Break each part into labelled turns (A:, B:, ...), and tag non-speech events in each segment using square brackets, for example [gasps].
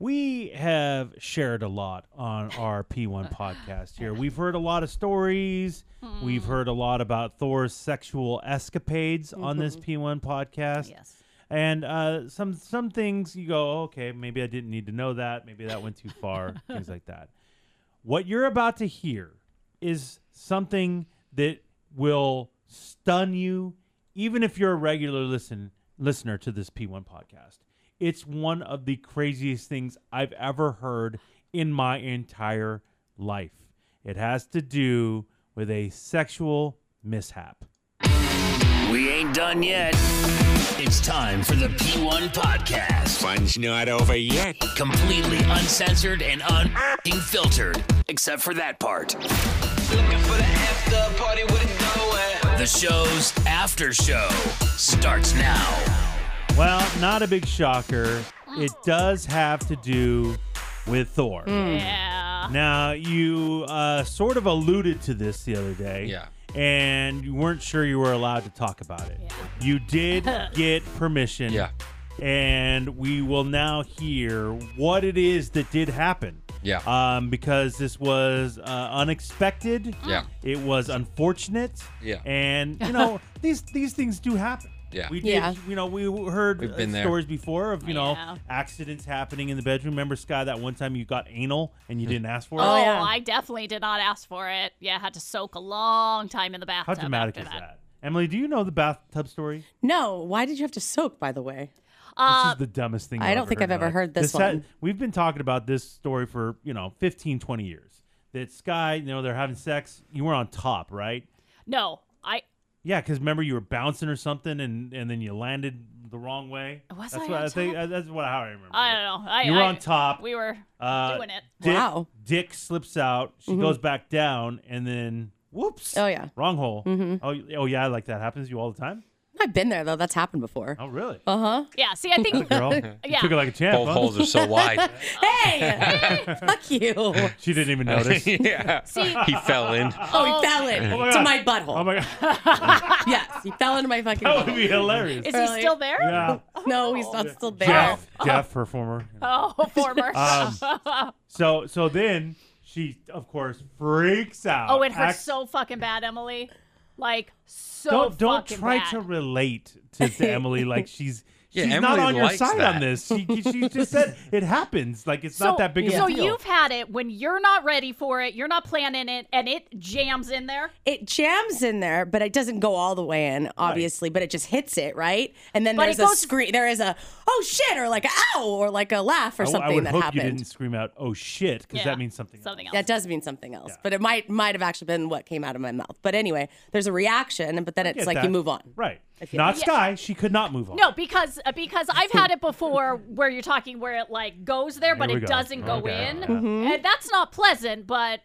A: We have shared a lot on our P1 podcast here. We've heard a lot of stories. We've heard a lot about Thor's sexual escapades on this P1 podcast.
B: Yes.
A: And uh, some some things you go, "Oh, okay, maybe I didn't need to know that. Maybe that went too far. things like that. What you're about to hear is something that will stun you, even if you're a regular listen listener to this P1 podcast. It's one of the craziest things I've ever heard in my entire life. It has to do with a sexual mishap.
C: We ain't done yet. It's time for the P1 podcast.
D: Fun's not over yet.
C: Completely uncensored and unfiltered, except for that part. The show's after show starts now.
A: Well, not a big shocker.
E: [gasps]
A: It does have to do with Thor.
E: Hmm.
B: Yeah.
A: Now, you uh, sort of alluded to this the other day.
E: Yeah.
A: And you weren't sure you were allowed to talk about it.
E: [laughs]
A: You did get permission.
E: Yeah.
A: And we will now hear what it is that did happen.
E: Yeah.
A: Um, because this was uh, unexpected.
E: Yeah.
A: It was unfortunate.
E: Yeah.
A: And you
B: [laughs]
A: know these these things do happen.
E: Yeah.
A: We did.
B: Yeah.
A: You know we heard
E: We've been
A: uh,
E: there.
A: stories before of you know
B: Yeah.
A: accidents happening in the bedroom. Remember Sky that one time you got anal and
E: Hmm.
A: you didn't ask for
B: Oh,
A: it.
B: yeah. I definitely did not ask for it. Yeah, had to soak a long time in the
A: How
B: bathtub.
A: dramatic is
B: after
A: that? Emily, do you know the bathtub story?
F: No, why did you have to soak? By the way,
A: this
B: Uh,
A: is the dumbest thing.
F: I don't think I've
A: in my
F: ever
A: life.
F: heard this
A: ha-
F: one.
A: we've been talking about this story for you know 15, 20 years. That Sky, you know, they're having sex. You were on top, right?
B: no, I
A: Yeah, because remember you were bouncing or something, and and then you landed the wrong way.
B: Was
A: that's
B: I
A: what
B: on
A: I think.
B: top?
A: uh, That's what how I remember.
B: I
A: it.
B: don't know. I,
A: You were
B: I-
A: on top.
B: We were
A: Uh,
B: doing it.
A: Dick,
F: Wow. Mm-hmm.
A: Dick slips out. She goes back down, and then whoops.
F: Oh, yeah. Mm-hmm.
A: Wrong hole. Oh y- oh yeah, like that happens to you all the time.
F: I've been there though. That's happened before.
A: Oh really?
F: Uh huh.
B: Yeah. See, I think.
A: [laughs] Girl,
F: [laughs]
A: you
B: Yeah.
A: took it like a champ.
E: Both
A: huh?
E: holes are so wide.
F: Hey, fuck you. Oh,
A: She didn't
E: [laughs]
A: even notice. [laughs]
E: yeah.
B: See,
E: He fell in.
F: he fell in
A: Oh my
F: to
A: God.
F: my butthole.
A: oh my god,
F: [laughs] yes, he fell into my fucking.
A: that would be
F: butthole.
A: hilarious.
B: is he
F: Really?
B: still there?
F: [laughs]
A: yeah.
F: No, he's not still there. [laughs]
A: Jeff, Jeff, performer.
B: Oh, [laughs] former.
A: Um, so so then she of course freaks out.
B: oh, it hurts
A: acts-
B: so fucking bad, Emily. Like so.
A: don't don't
B: fucking
A: try
B: bad.
A: to relate
F: [laughs]
A: to, to Emily like she's
E: Yeah,
A: she's not
E: Emily
A: on your
E: likes
A: side
E: that.
A: on this. She she just said it happens. Like it's not that big of
B: So
A: a deal.
B: you've had it when you're not ready for it, you're not planning it, and it jams in there.
F: It jams in there, but it doesn't go all the way in, obviously. But it just hits it right, and then
B: But
F: there's
B: it
F: a
B: goes-
F: scream. There is a oh shit, or like a ow, or like a laugh, or
A: I, w-
F: something
A: I would
F: that
A: hope you
F: happened.
A: didn't scream out "Oh shit" because
B: Yeah.
A: that means something. else.
B: Something else.
F: That does mean something else, but it might might have actually been what came out of my mouth. But anyway, there's a reason, but then it's
A: Get
F: like
A: that.
F: you move on.
A: Right.
F: feel
A: Not
B: that.
A: Sky. She could not move on.
B: No, because uh, because I've had it before where you're talking where it like goes there but
A: Here
B: it
A: we go.
B: doesn't go
A: Okay. Uh-huh.
B: in.
A: Yeah.
B: And that's not pleasant, but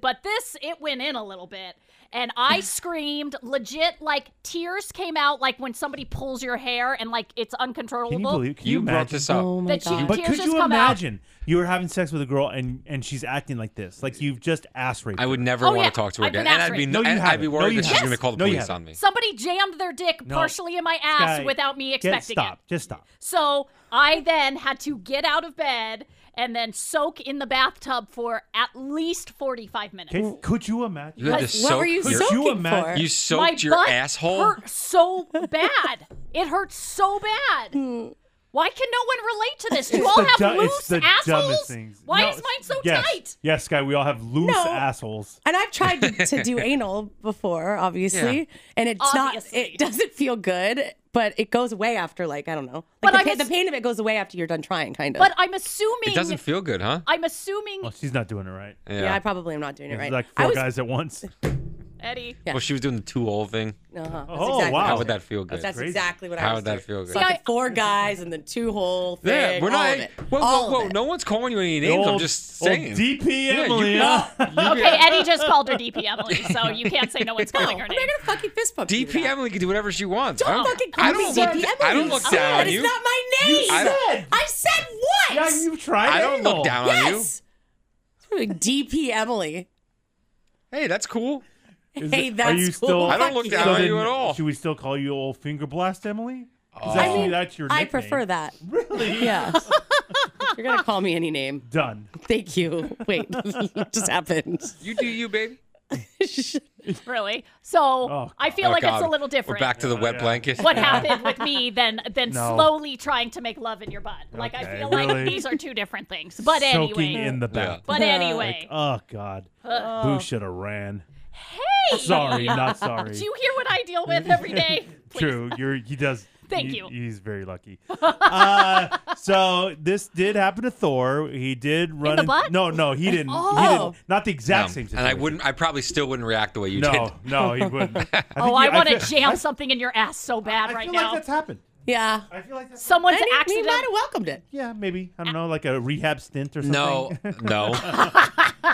B: but this it went in a little bit. And
A: [laughs]
B: I screamed legit like tears came out like when somebody pulls your hair and like it's uncontrollable.
A: Can you believe? Can you,
E: You brought
A: imagine?
E: this up.
F: Oh my
B: that she,
F: God.
A: But
B: tears
A: could
B: just
A: you
B: come
A: imagine you were having sex with a girl and and she's acting like this, like you've just ass raped?
E: I would never
B: Oh,
E: want
B: yeah.
E: to talk to her
B: I've been
E: again. And I'd be,
B: asked
A: No, you
E: and I'd be
A: haven't. No,
E: worried
A: you
E: that she's going to
A: haven't.
E: call the
A: No, you
E: police
A: haven't.
E: on me.
B: out. Somebody jammed their dick
A: No.
B: partially in my ass
A: Sky,
B: without me
A: get-
B: expecting
A: stop.
B: it.
A: Just stop.
B: So I then had to get out of bed and then soak in the bathtub for at least 45 minutes.
A: Okay. Could you imagine?
E: You had to
F: What were
E: soak
F: you
E: your-
A: Could you
F: soaking
A: imagine-
F: for?
E: You soaked
B: My
E: your
B: butt
E: asshole.
B: hurt so bad. it hurts so bad. Why can no one relate to this? Do you all
A: the
B: have
A: du- Hmm. it's
B: loose
A: the
B: assholes?
A: dumbest things.
B: Why
A: No,
B: is mine so
A: yes.
B: tight?
A: Yes, Sky, we all have loose
F: No.
A: assholes.
F: And I've tried to, to
A: [laughs]
F: do anal before, obviously, and it's
B: Obviously.
F: not. It doesn't feel good, but it goes away after like I don't know. Like
B: But
F: the,
B: I
F: pa- the
B: guess-
F: pain of it goes away after you're done trying, kind of.
B: But I'm assuming
E: It doesn't feel good, huh?
B: I'm assuming
A: Well, she's not doing it right.
F: yeah, I probably am not doing it
A: It's
F: right.
A: like
F: I
A: four
F: was
A: guys at once.
B: eh, Eddie.
F: Yeah.
D: Well, she was doing the two old thing.
F: Uh-huh. That's
A: Oh,
F: exactly
A: wow.
D: How
F: what
D: would that feel good?
F: That's
A: Crazy.
F: exactly what I
D: How
F: was
D: would that
F: doing.
D: feel good?
F: So I could four guys and then two whole thing.
D: yeah, we're
F: all
D: not.
F: of it.
D: Whoa,
F: All
D: whoa,
F: of
D: whoa!
F: it.
D: No one's calling you any names. I'm just saying.
A: Old DP
D: Yeah, you
A: Emily. [laughs]
D: got-
A: huh?
B: Okay, Eddie just called her DP Emily, so you can't say no one's
F: No,
B: calling
A: [laughs]
B: her
F: I'm not
A: Oh.
B: name.
F: gonna fucking fist bump you.
D: DP Emily can do whatever she wants.
F: Don't
D: I
F: fucking call
D: I
F: me
D: don't
F: DP
D: look,
F: Emily.
D: I don't look
F: I'm
D: down
F: not-
D: on you.
F: It's not my name.
D: I
A: don't-
F: I said what?
A: Yeah, you've tried
D: I don't
A: anal.
D: look down on you.
F: yes. DP Emily.
D: Hey, that's cool.
A: Is
F: Hey,
A: it-
F: that's
A: are you
F: cool.
A: Still,
D: I don't
F: Fuck
D: look
F: you.
D: down
A: So
D: on
A: then
D: you at all.
A: Should we still call you old finger blast, Emily? 'Cause
F: I
A: that's-
F: mean,
A: that's your
F: I
A: nickname.
F: prefer that.
A: Really?
F: Yeah. If You're gonna call me any name.
A: Done.
F: Thank you. Wait, [laughs] it just happened.
D: You do you, baby.
B: Really? So
A: God.
B: I feel
D: Oh,
B: like
D: God.
B: it's a little
D: We're
B: different.
D: back to the wet
A: yeah.
D: blanket.
B: what happened with me than than
A: No.
B: slowly trying to make love in your butt. Like I
A: Okay,
B: feel
A: really?
B: like these are two different things. But
A: Soaking
B: anyway.
A: in the
D: Yeah.
A: bath.
B: but anyway.
A: Oh God. Boo should have ran. Hey. uh, Sorry,
B: [laughs]
A: not sorry.
B: do you hear what I deal with every day? Please.
A: True. You're he does.
B: Thank
A: he-
B: you.
A: He's very
B: [laughs]
A: lucky. uh, so this did happen to Thor. He did run.
B: the
A: in-
B: butt?
A: No, no, he didn't. He
F: Oh.
A: didn't. Not the exact same
D: and
A: situation.
D: I wouldn't. I probably still wouldn't react the way you
A: No, [laughs]
D: did.
A: no, he
B: [laughs]
A: wouldn't. I think
B: Oh,
A: you-
B: I want to
A: feel-
B: jam something in your ass so bad
A: I
B: right
A: feel
B: now.
A: like that's happened.
F: Yeah.
A: I feel like that's.
B: Someone's
F: And he, he
B: accident.
F: might have welcomed it.
A: Yeah, maybe. I don't know, like a rehab stint or something.
D: No,
B: [laughs]
D: no. [laughs]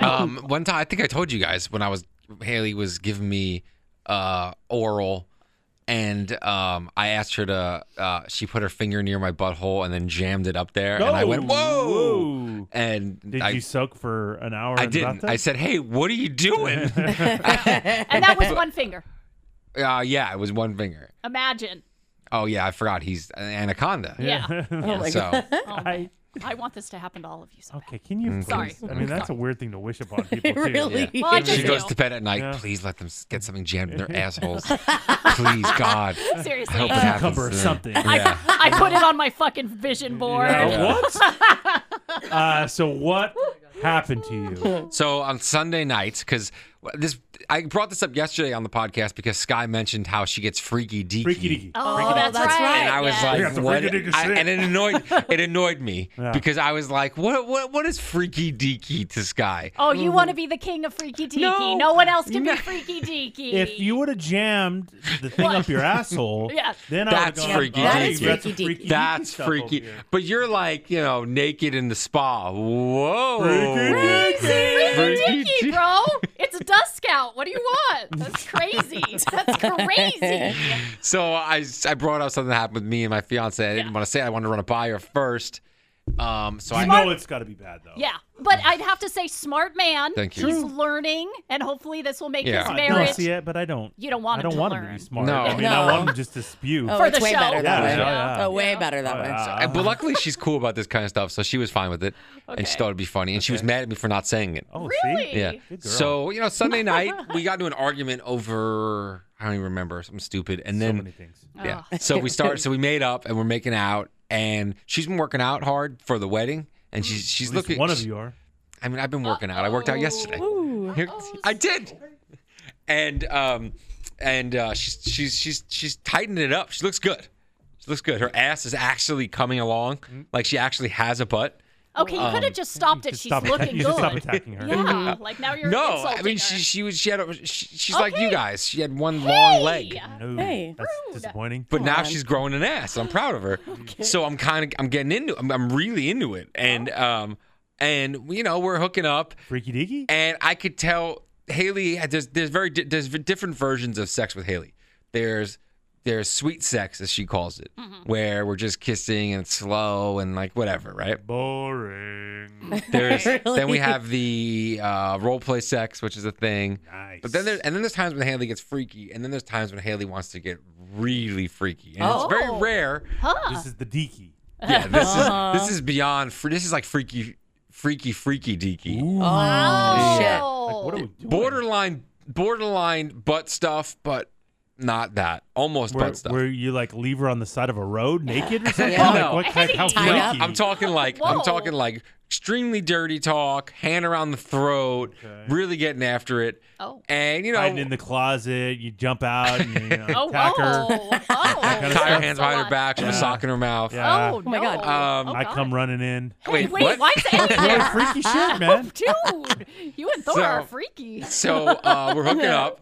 D: um, one time, I think I told you guys when I was Haley was giving me uh, oral, and um, I asked her to. Uh, she put her finger near my butthole and then jammed it up there, and I went, "Whoa!"
A: whoa.
D: And
A: Did
D: I,
A: you soak for an hour?
D: I
A: in the
D: didn't.
A: bathtub?
D: I said, "Hey, what are
A: [laughs]
D: you doing?"
B: and that was one finger.
D: uh, yeah, it was one finger.
B: Imagine.
D: Oh yeah, I forgot. He's an anaconda.
B: Yeah.
F: Oh my god.
B: [laughs]
D: So
A: I-
B: I want this to happen to all of you. So
A: okay, can
D: Mm,
A: you?
B: Sorry.
A: please- I mean, that's a weird thing to wish
B: [laughs]
A: upon people.
F: It [laughs]
A: too.
F: really
D: Yeah.
B: Well, I
F: is.
B: just-
D: she goes
B: do.
D: to bed at night.
A: Yeah.
D: Please let them s- get something jammed in
A: [laughs]
D: their assholes. Please, God.
B: bad.
D: I hope
B: Seriously.
D: it happens.
A: Cucumber or
D: soon.
A: something.
D: Yeah.
B: I put it on my fucking vision board.
A: Uh, what?
B: [laughs]
A: uh, so what happened to you?
D: So on Sunday nights, because this, I brought this up yesterday on the podcast because Sky mentioned how she gets freaky deaky.
A: Freaky deaky.
B: Oh, that's,
F: that's
B: right.
F: right.
D: And I was
B: yes.
A: Yeah,
D: like,
A: the
D: what?
A: freaky deaky
D: I-
A: shit.
D: and
A: [laughs]
D: it annoyed it annoyed me
A: Yeah.
D: because I was like, what what what is freaky deaky to Sky?
B: Oh, you want to be the king of freaky deaky.
D: No.
B: No, one else can
D: No.
B: be freaky deaky.
A: If you would have jammed the thing up
B: [laughs]
A: your asshole,
B: Yeah.
A: then
D: That's
A: I would have
D: freaky
A: gone,
F: That is
A: "Hey, that's
F: freaky
A: some freaky
D: That's
A: stuff over
D: freaky.
A: here."
D: But you're like, you know, naked in the spa. Whoa.
A: Freaky deaky.
D: Freaky
B: freaky deaky, bro. It's a dust scout. What do you want? That's crazy. That's crazy.
D: So I, I brought up something that happened with me and my fiance. I didn't want to say it. I wanted to run it by her first. Um, so I
A: You know it's got to be bad though.
B: Yeah, but I'd have to say, smart man.
D: Oh. Thank you.
B: He's learning, and hopefully this will make
D: Yeah.
B: his
A: I don't
B: marriage
A: see it, but I don't.
B: You don't want
A: I
B: him
A: don't
B: to
A: want him to
B: learn.
A: be smart.
D: No.
A: I mean, I
F: No.
A: want him just to spew.
F: Oh,
B: For
F: it's
B: the
F: way
B: show.
F: better that
A: Yeah,
F: way.
A: yeah, yeah.
F: Oh, way better that way.
A: Yeah.
D: Uh, but luckily, she's cool about this kind of stuff, so she was fine with it, and she
B: Okay.
D: thought it'd be funny, and she was mad at me for not saying it.
A: oh,
B: really.
A: See?
D: Yeah.
A: Good girl.
D: So you
A: [laughs]
D: know, Sunday night we got into an argument over I don't even remember something stupid, and
A: So
D: then
A: many things.
D: yeah.
A: [laughs]
D: So we started. So we made up, and we're making out, and she's been working out hard for the wedding, and she's she's
A: At least
D: looking.
A: one of you are.
D: I mean, I've been working out. I worked out yesterday. [laughs] Here- I did. And um, and uh, she's she's she's she's tightened it up. She looks good. She looks good. Her ass is actually coming along.
B: Mm-hmm.
D: Like she actually has a butt.
B: Okay, you could have just stopped it. She's
A: Um, Stop attacking.
B: looking
A: You
B: good.
A: should stop Mm-hmm. attacking her.
B: Yeah, like now you're
D: Uh, No,
B: insulting
D: I mean
B: her.
D: she she was she had a, she, she's like you
B: Okay.
D: guys. She had one long leg.
B: Yeah.
A: No,
F: Hey.
A: that's disappointing.
D: But now she's growing an ass. I'm proud of her.
B: [gasps]
D: So I'm kind of I'm getting into I'm, I'm really into it. And
B: Oh.
D: um and you know, we're hooking up
A: freaky deaky.
D: and I could tell Haley. There's there's very di- there's different versions of sex with Haley. There's there's sweet sex as she calls it, where we're just kissing and it's slow and like whatever, right?
B: [laughs]
A: Boring.
D: There's then we
F: Really?
D: have the uh, role play sex, which is a thing.
A: Nice.
D: But then there's and then there's times when Haley gets freaky, and then there's times when Haley wants to get really freaky, and it's very rare.
B: Oh.
A: this is the deaky.
D: Yeah, this is this is beyond. Fr- this is like freaky, freaky, freaky deaky.
F: Oh, shit.
B: Oh.
A: What are we doing?
D: borderline borderline butt stuff, but not that. Almost
A: Where,
D: butt stuff.
A: where you like leave her on the side of a road
B: [laughs]
A: naked or something?
F: Yeah.
A: Like,
D: No.
A: what
D: I
A: kind,
B: think
A: how
B: tied
A: freaky?
F: up.
D: I'm talking like I'm
B: Whoa.
D: talking like extremely dirty talk, hand around the throat, really getting after it.
B: Oh.
D: And you know,
A: hiding in the closet. You jump out and you, you know,
B: [laughs] Oh,
A: attack [laughs] her.
B: whoa. Oh,
D: tie her
B: that's
D: hands
B: a
D: behind her
B: lot.
D: back, put a sock in her mouth.
A: Yeah.
B: Oh,
F: my God.
B: no.
D: Um,
B: Oh,
A: I
B: God.
A: come running in.
B: Hey, wait, why is Ellie
A: Really
B: there?
A: freaky shit, man.
B: [laughs] Dude, you and Thor are
D: So-
B: freaky.
D: So uh,
B: [laughs]
D: we're hooking up,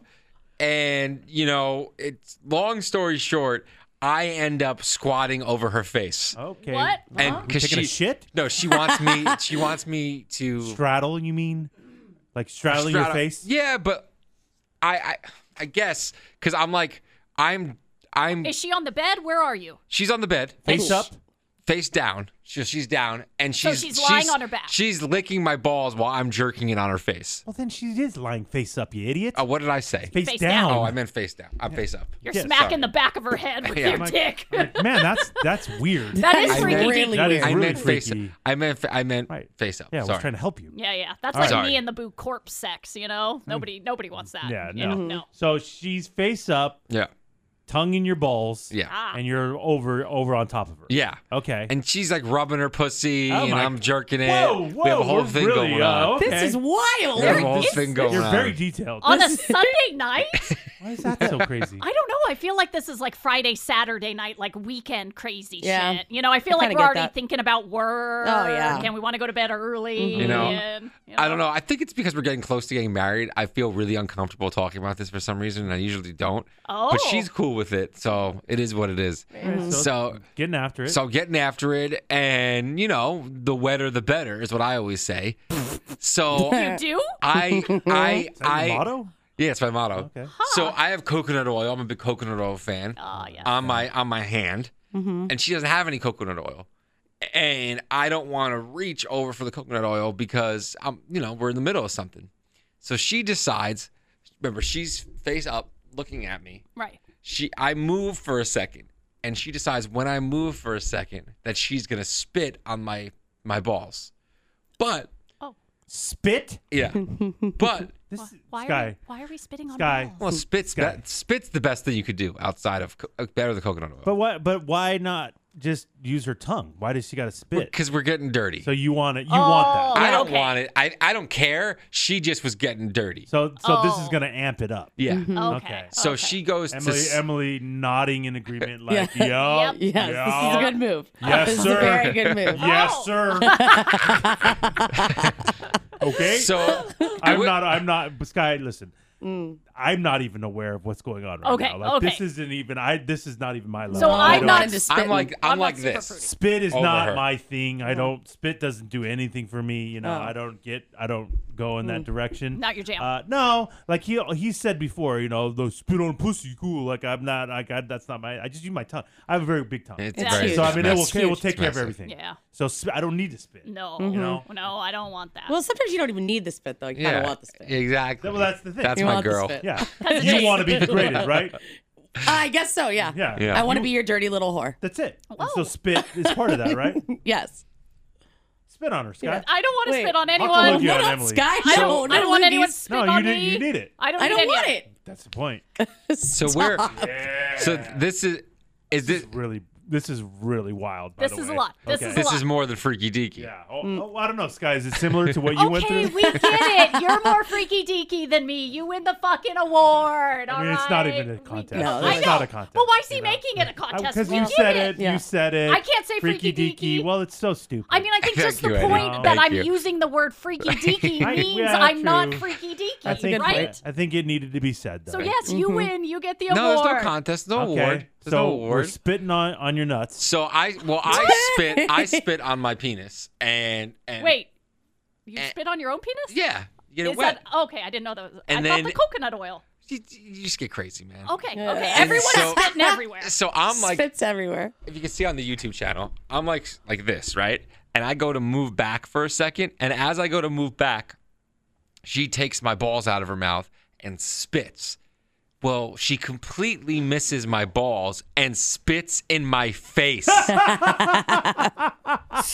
D: and you know, it's long story short, I end up squatting over her face,
A: Okay.
B: What?
D: and because
A: Oh. Taking
D: she
A: a shit?
D: no, she wants me, she wants me
A: [laughs]
D: to
A: Straddle, you mean? Like straddling your
D: straddle-
A: face?
D: Yeah, but I, I, I guess because I'm like I'm. I'm.
B: Is she on the bed? Where are you?
D: She's on the bed.
A: Face up?
D: face down. She, she's down, and
B: So
D: she's
B: she's lying on her back.
D: She's licking my balls while I'm jerking it on her face.
A: Well, then she is lying face up, you idiot.
D: Uh, what did I say?
A: face,
B: Face
A: down.
B: down.
D: Oh, I meant face down. I'm face up.
B: You're
A: Yeah,
B: smacking
D: sorry.
B: the back of her head with
D: Yeah.
B: your
A: [laughs]
D: I'm
A: like-
B: dick.
A: Man, that's that's weird.
B: [laughs] That is
D: I
B: freaky.
D: meant-
F: really
A: That
F: weird.
A: is
D: I
A: really
D: meant face.
A: freaky.
D: I meant. fa- I meant
A: Right.
D: face up.
A: Yeah, I
D: Sorry.
A: was trying to help you.
B: Yeah, yeah. That's
D: All
B: like
D: right. Sorry.
B: me and the boo corpse sex, you know? Nobody nobody wants that.
A: Mm. Yeah,
B: You
A: no.
B: know,
F: Mm-hmm.
B: no.
A: So she's face up,
D: yeah,
A: tongue in your balls.
D: yeah,
B: Ah.
A: And you're over over on top of her.
D: yeah.
A: Okay.
D: And she's like rubbing her pussy,
A: Oh
D: and
A: my-
D: I'm jerking it.
A: whoa, whoa,
D: we have a whole
A: we're
D: thing
A: really,
D: going
A: uh,
D: on.
A: okay.
F: This is wild.
D: We have a whole
B: It's-
D: thing going
A: You're
D: on.
A: very detailed.
F: [laughs]
B: On a
A: This-
B: Sunday night?
A: why is that so crazy?
B: [laughs] I don't know. I feel like this is like Friday, Saturday night, like weekend crazy
F: Yeah.
B: shit. You know, I feel
F: I
B: like
F: kinda
B: we're
F: get
B: already
F: that.
B: thinking about work.
F: Oh, yeah. Mm-hmm.
B: And we want to go to bed early.
D: You know,
B: and, you
D: I don't know. I think it's because we're getting close to getting married. I feel really uncomfortable talking about this for some reason, and I usually don't.
B: Oh.
D: But she's cool with it, so it is what it is. So
A: Getting after it.
D: So I'm getting after it, and you know, the wetter the better is what I always say.
B: [laughs]
D: So
B: You do?
D: I, I,
A: is that
D: I.
A: your motto?
D: Yeah, it's my motto.
A: Okay.
D: So I have coconut oil. I'm a big coconut oil fan.
B: Oh, yeah.
D: On my on my hand, and she doesn't have any coconut oil, and I don't want to reach over for the coconut oil because I'm, you know, we're in the middle of something. So she decides. Remember, she's face up, looking at me
B: Right.
D: she I move for a second and she decides when I move for a second that she's going to spit on my my balls. But
A: Spit.
D: yeah. but
A: This
B: Why are, we,
A: guy.
B: why are we spitting on
A: Sky.
B: balls?
D: well spits
A: Sky.
D: be- spits the best thing you could do outside of co- uh, better than coconut
A: But
D: oil.
A: why? But why not just use her tongue? Why does she got to spit?
D: Cuz we're getting dirty.
A: So you want it? You want that?
D: I don't
B: okay.
D: want it. I I don't care. She just was getting dirty.
A: So so this is
B: Oh.
A: gonna amp it up.
D: yeah.
B: Okay.
A: Mm,
B: Oh.
A: Okay.
D: So
B: Mm-hmm. okay.
D: she goes to
A: Emily
D: s-
A: Emily nodding in
D: [laughs]
A: agreement like
F: Yeah.
A: yeah.
F: Yes, this is a
A: Yeah.
F: good move.
A: Yes,
F: this
A: sir.
F: is a very good
D: [laughs]
F: move.
B: Oh.
A: Yes,
B: [laughs]
A: sir. okay.
D: so
A: I'm
D: would-
A: not. I'm not. but Sky, listen. I'm not even aware of what's going on right
B: Mm. Okay,
A: now. Like
B: okay.
A: this isn't even. I. This is not even my level.
B: So
A: I
B: I'm
A: don't-
F: not
B: not
F: into spitting.
D: I'm like I'm,
B: I'm not
D: like
B: super
D: this.
B: fruity.
A: Spit is
D: over
A: not
D: her.
A: my thing. I don't spit doesn't do anything for me. You know, I don't get. I don't go in that direction.
B: Oh. Mm. Not your jam.
A: Uh, no, like he he said before. You know, the spit on pussy, cool. Like I'm not. Like I, that's not my. I just use my tongue. I have a very big tongue.
D: It's
B: That's
D: very
F: huge.
A: so I mean, it will,
D: messy.
A: it will take care of
D: massive.
A: everything.
B: Yeah.
A: So sp- I don't need to spit.
B: No,
A: You know?
B: no, I don't want that.
F: Mm-hmm. Well, sometimes you don't even need the spit though. You kind
D: Yeah.
F: of want the spit.
D: Exactly.
A: Well, that's the thing.
D: That's
F: You
D: my
F: want the
D: girl.
F: spit.
B: [laughs]
F: Uh,
A: Yeah. you want to be degraded, right?
F: I guess so. Yeah.
A: Yeah.
D: Yeah.
F: I want to be your dirty little whore.
A: That's it. And so spit is part
B: [laughs]
A: of that, right?
F: Yes.
A: Spit on her, Scott.
B: I don't want to
F: Wait.
B: spit on
A: I'll have to
B: anyone.
A: look you
F: What
A: up,
F: up,
A: Emily.
F: Sky?
B: I
F: No,
B: don't, I don't
F: no
B: want
F: one
B: anyone
F: needs-
B: spitting
A: No, you
B: on
A: didn't-
B: me.
A: you need it.
B: I don't,
F: I
B: need
F: don't
B: any of
F: want
B: it.
F: it.
A: That's the point.
D: So we're so this is is this
A: Really, this is really wild. By
B: This
A: the
B: is
A: way.
B: a lot. This is a
D: this
B: lot.
D: is more than freaky deaky.
A: Yeah. Oh, oh, I don't know, Sky. Is it similar to what you went
B: okay,
A: through? [laughs]
B: we get it. You're more freaky deaky than me. You win the fucking award.
A: I mean, it's not even a
B: alright?
A: contest.
F: No,
B: I
A: it's
B: know.
A: not a contest.
B: Well, why is he
A: you know?
B: making it a
A: I-
B: contest?
A: Because
B: We
A: Uh, you
B: get
A: said
B: it.
A: it.
F: Yeah.
A: You said it.
B: I can't say freaky deaky.
A: Well, it's so stupid.
B: I mean, I think just the
D: Thank you, Eddie.
B: point that
D: Thank
B: I'm
D: you.
B: using the word
D: [laughs]
B: freaky deaky
A: I-
B: means
A: yeah,
B: I'm not
A: true.
B: freaky
A: I
B: deaky,
A: think
B: right?
A: I think it needed to be said. Though.
B: So yes, you win. You get the award.
D: Mm-hmm. No, there's no contest, no
A: Okay.
D: award. There's
A: so
D: no
A: we're
D: award.
A: spitting on on your nuts.
D: So I well I spit I spit on my penis and and
B: Wait, you spit on your own penis?
D: yeah get Eh. it
B: Is
D: wet.
B: that okay? I didn't know that. Was,
D: And
B: I
D: then-
B: thought the coconut oil.
D: you, you just get crazy, man.
B: Okay,
F: Yeah.
B: okay.
F: And
B: Everyone
D: so-
B: is
D: [laughs]
B: spitting everywhere.
D: So I'm like,
F: Spits everywhere.
B: Oh,
D: if you can see on the YouTube channel, I'm like like this, right? And I go to move back for a second, and as I go to move back, she takes my balls out of her mouth and spits. Well, she completely misses my balls and spits in
B: [laughs]
D: my face.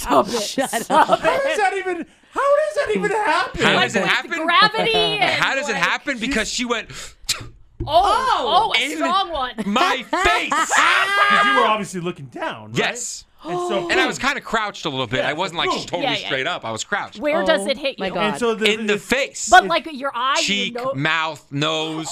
F: Oh, Shut up.
A: How does that even? How does that even happen?
D: How does it
B: With
D: happen?
B: Gravity. and
D: How does it
B: like-
D: happen? Because she went
B: Oh, oh, a
D: In
B: strong one.
D: My
B: [laughs]
D: face.
A: 'Cause you were obviously looking down. Right?
D: Yes.
A: And
B: [gasps]
A: so,
D: And I was kind of crouched a little bit. I wasn't like
A: boom.
D: totally
B: Yeah, yeah.
D: straight up. I was crouched.
B: Where does
F: Oh,
B: it hit you?
F: my God.
A: And so the,
D: In the face.
B: But like your eye,
D: Cheek,
B: you know. Oh!
D: [laughs] mouth, nose.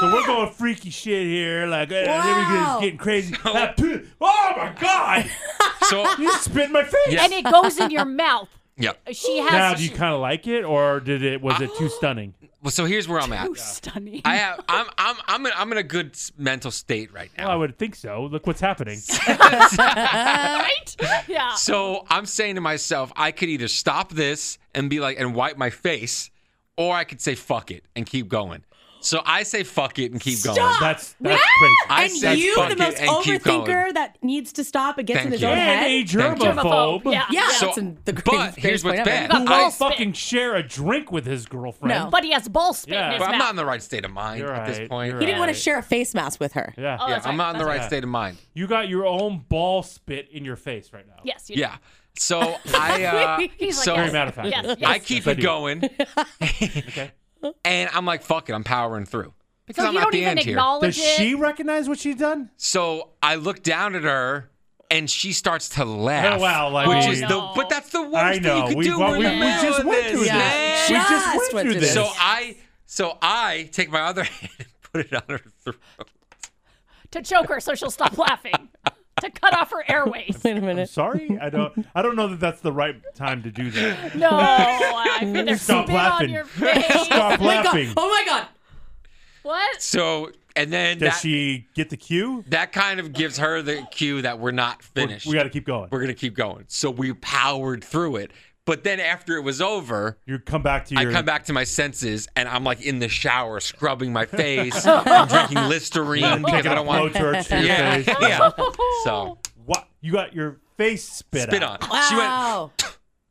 A: So we're going freaky shit here. Like, eh, there we go,
F: Wow.
A: it's getting crazy. Ah, phew. [laughs] oh my god,
B: [laughs]
D: So,
A: you spit in my face.
D: Yeah.
B: and it goes in your mouth.
D: yeah.
B: She has.
A: Now, do
B: [laughs]
A: you
B: she-
A: kind of like it, or did it? Was it too stunning?
D: Well, so here's where I'm at.
B: Ooh, stunning.
D: I have, I'm, I'm, I'm, in, I'm in a good s- mental state right
A: Well, I
D: now.
A: would think so. Look what's happening.
B: right? Yeah.
D: So I'm saying to myself, I could either stop this and be like, and wipe my face, or I could say fuck it and keep going. So I say fuck it and keep going.
F: Stop.
A: [laughs] That's that's crazy.
D: I
F: and
D: say
F: you,
D: fuck
F: the
D: it
F: most
D: and keep
F: overthinker
D: going.
F: that needs to stop and gets in
D: Thank
F: his
D: you.
F: own
A: And
F: head.
A: a
D: Thank you.
A: germaphobe.
B: Yeah.
F: Yeah,
D: So-
F: that's in the greatest,
D: but here's
F: greatest
D: what's
F: point
D: bad.
F: ever.
A: Who
D: I-
A: won't
B: spit.
A: fucking share a drink with his girlfriend?
F: No.
B: But he has ball spit
A: Yeah.
B: in his
D: But I'm
B: mouth.
D: not in the right state of mind
A: You're
D: at this
A: right,
D: point.
A: you're
F: He didn't want to
A: Right.
F: share a face mask with her.
A: Yeah.
B: Oh,
D: Yeah,
B: that's
D: I'm
B: right,
D: not in the
B: that's
D: right
B: right.
D: state of mind.
A: You got your own ball spit in your face right now.
B: Yes. You do.
D: Yeah.
B: [laughs]
D: So I uh
B: He's like,
D: so
B: yes,
A: Very matter of fact.
B: Yes, yes.
D: I keep
A: I
D: it
A: do.
D: going.
B: [laughs]
D: [laughs] And I'm like, fuck it, I'm powering through. Because
B: so
D: I'm
B: you
D: at
B: don't
D: the
B: even
D: end here.
B: acknowledge
A: Does
B: it.
A: she recognize what she's done?
D: So I look down at her and she starts to laugh.
A: Oh, wow, like
D: which
A: we-
D: is the
B: No.
D: but that's the worst
A: I
D: thing
A: know.
D: you could
A: We,
D: do.
A: well,
D: We're
A: we,
D: in the
A: we
D: middle
A: just
D: of
A: went
D: this,
A: through
D: man.
A: this. We just went through this.
D: So I so I take my other [laughs] hand and put it on her throat.
B: to choke her so she'll stop laughing, to cut off her
F: [laughs]
B: airways.
F: [laughs] Wait a minute.
A: [laughs] Sorry, I don't. I don't know that that's the right time to do
B: [laughs]
A: that.
B: No,
F: [laughs]
B: I mean, there's
A: Stop
B: spit
A: laughing.
B: on your face.
A: Stop
F: Oh my God.
A: laughing.
F: Oh my god.
B: What?
D: So and then
A: Does
D: that,
A: she get the cue?
D: that kind of gives her the cue that we're not finished.
A: We got to keep going.
D: we're gonna keep going. So we powered through it. But then after it was over,
A: You come back to
D: I
A: your.
D: come back to my senses and I'm like in the shower
A: [laughs]
D: scrubbing my face. I'm drinking Listerine because
A: Taking
D: I
A: a
D: don't want
A: blowtorch to your
D: Yeah,
A: face.
D: [laughs] yeah. So
A: What? You got your face spit,
D: spit on. Oh,
A: out.
D: it. She went
F: Wow.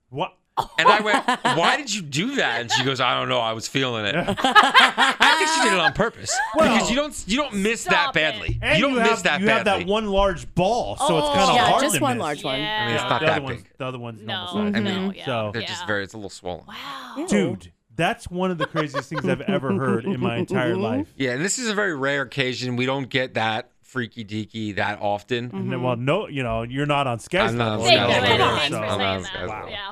A: What?
D: and I went, Why did you do that? And she goes, I don't know, I was
A: [laughs]
D: feeling it. I think she did it on purpose. because you don't you don't miss that
B: Stop it.
D: badly.
A: And
D: you don't miss
A: have,
D: that
A: you
D: badly.
A: have that one large ball, so it's
B: Oh.
A: kind of
F: yeah,
A: hard
F: just
A: to
F: one
A: miss.
F: large one.
B: Yeah.
D: I mean, it's
A: Yeah,
D: not
A: the
D: that
A: other one's,
D: big.
A: the other one's
B: No,
A: normal size.
D: I mean,
B: no, yeah.
A: so-
D: They're
B: yeah.
D: just very it's a little swollen.
A: Dude, that's one of the craziest things I've ever heard in my entire
D: [laughs]
A: life.
D: Yeah, and this is a very rare occasion. We don't get that freaky deaky that often.
A: And, well, no, you know, you're not on schedule.
D: I'm not on
B: Thank
D: Scott's
B: you.
D: level.
A: Come
B: Thanks
A: on,
B: for
D: Scott's
A: so-
D: level.
B: saying
D: Scott's
B: that.
D: level.
B: Yeah.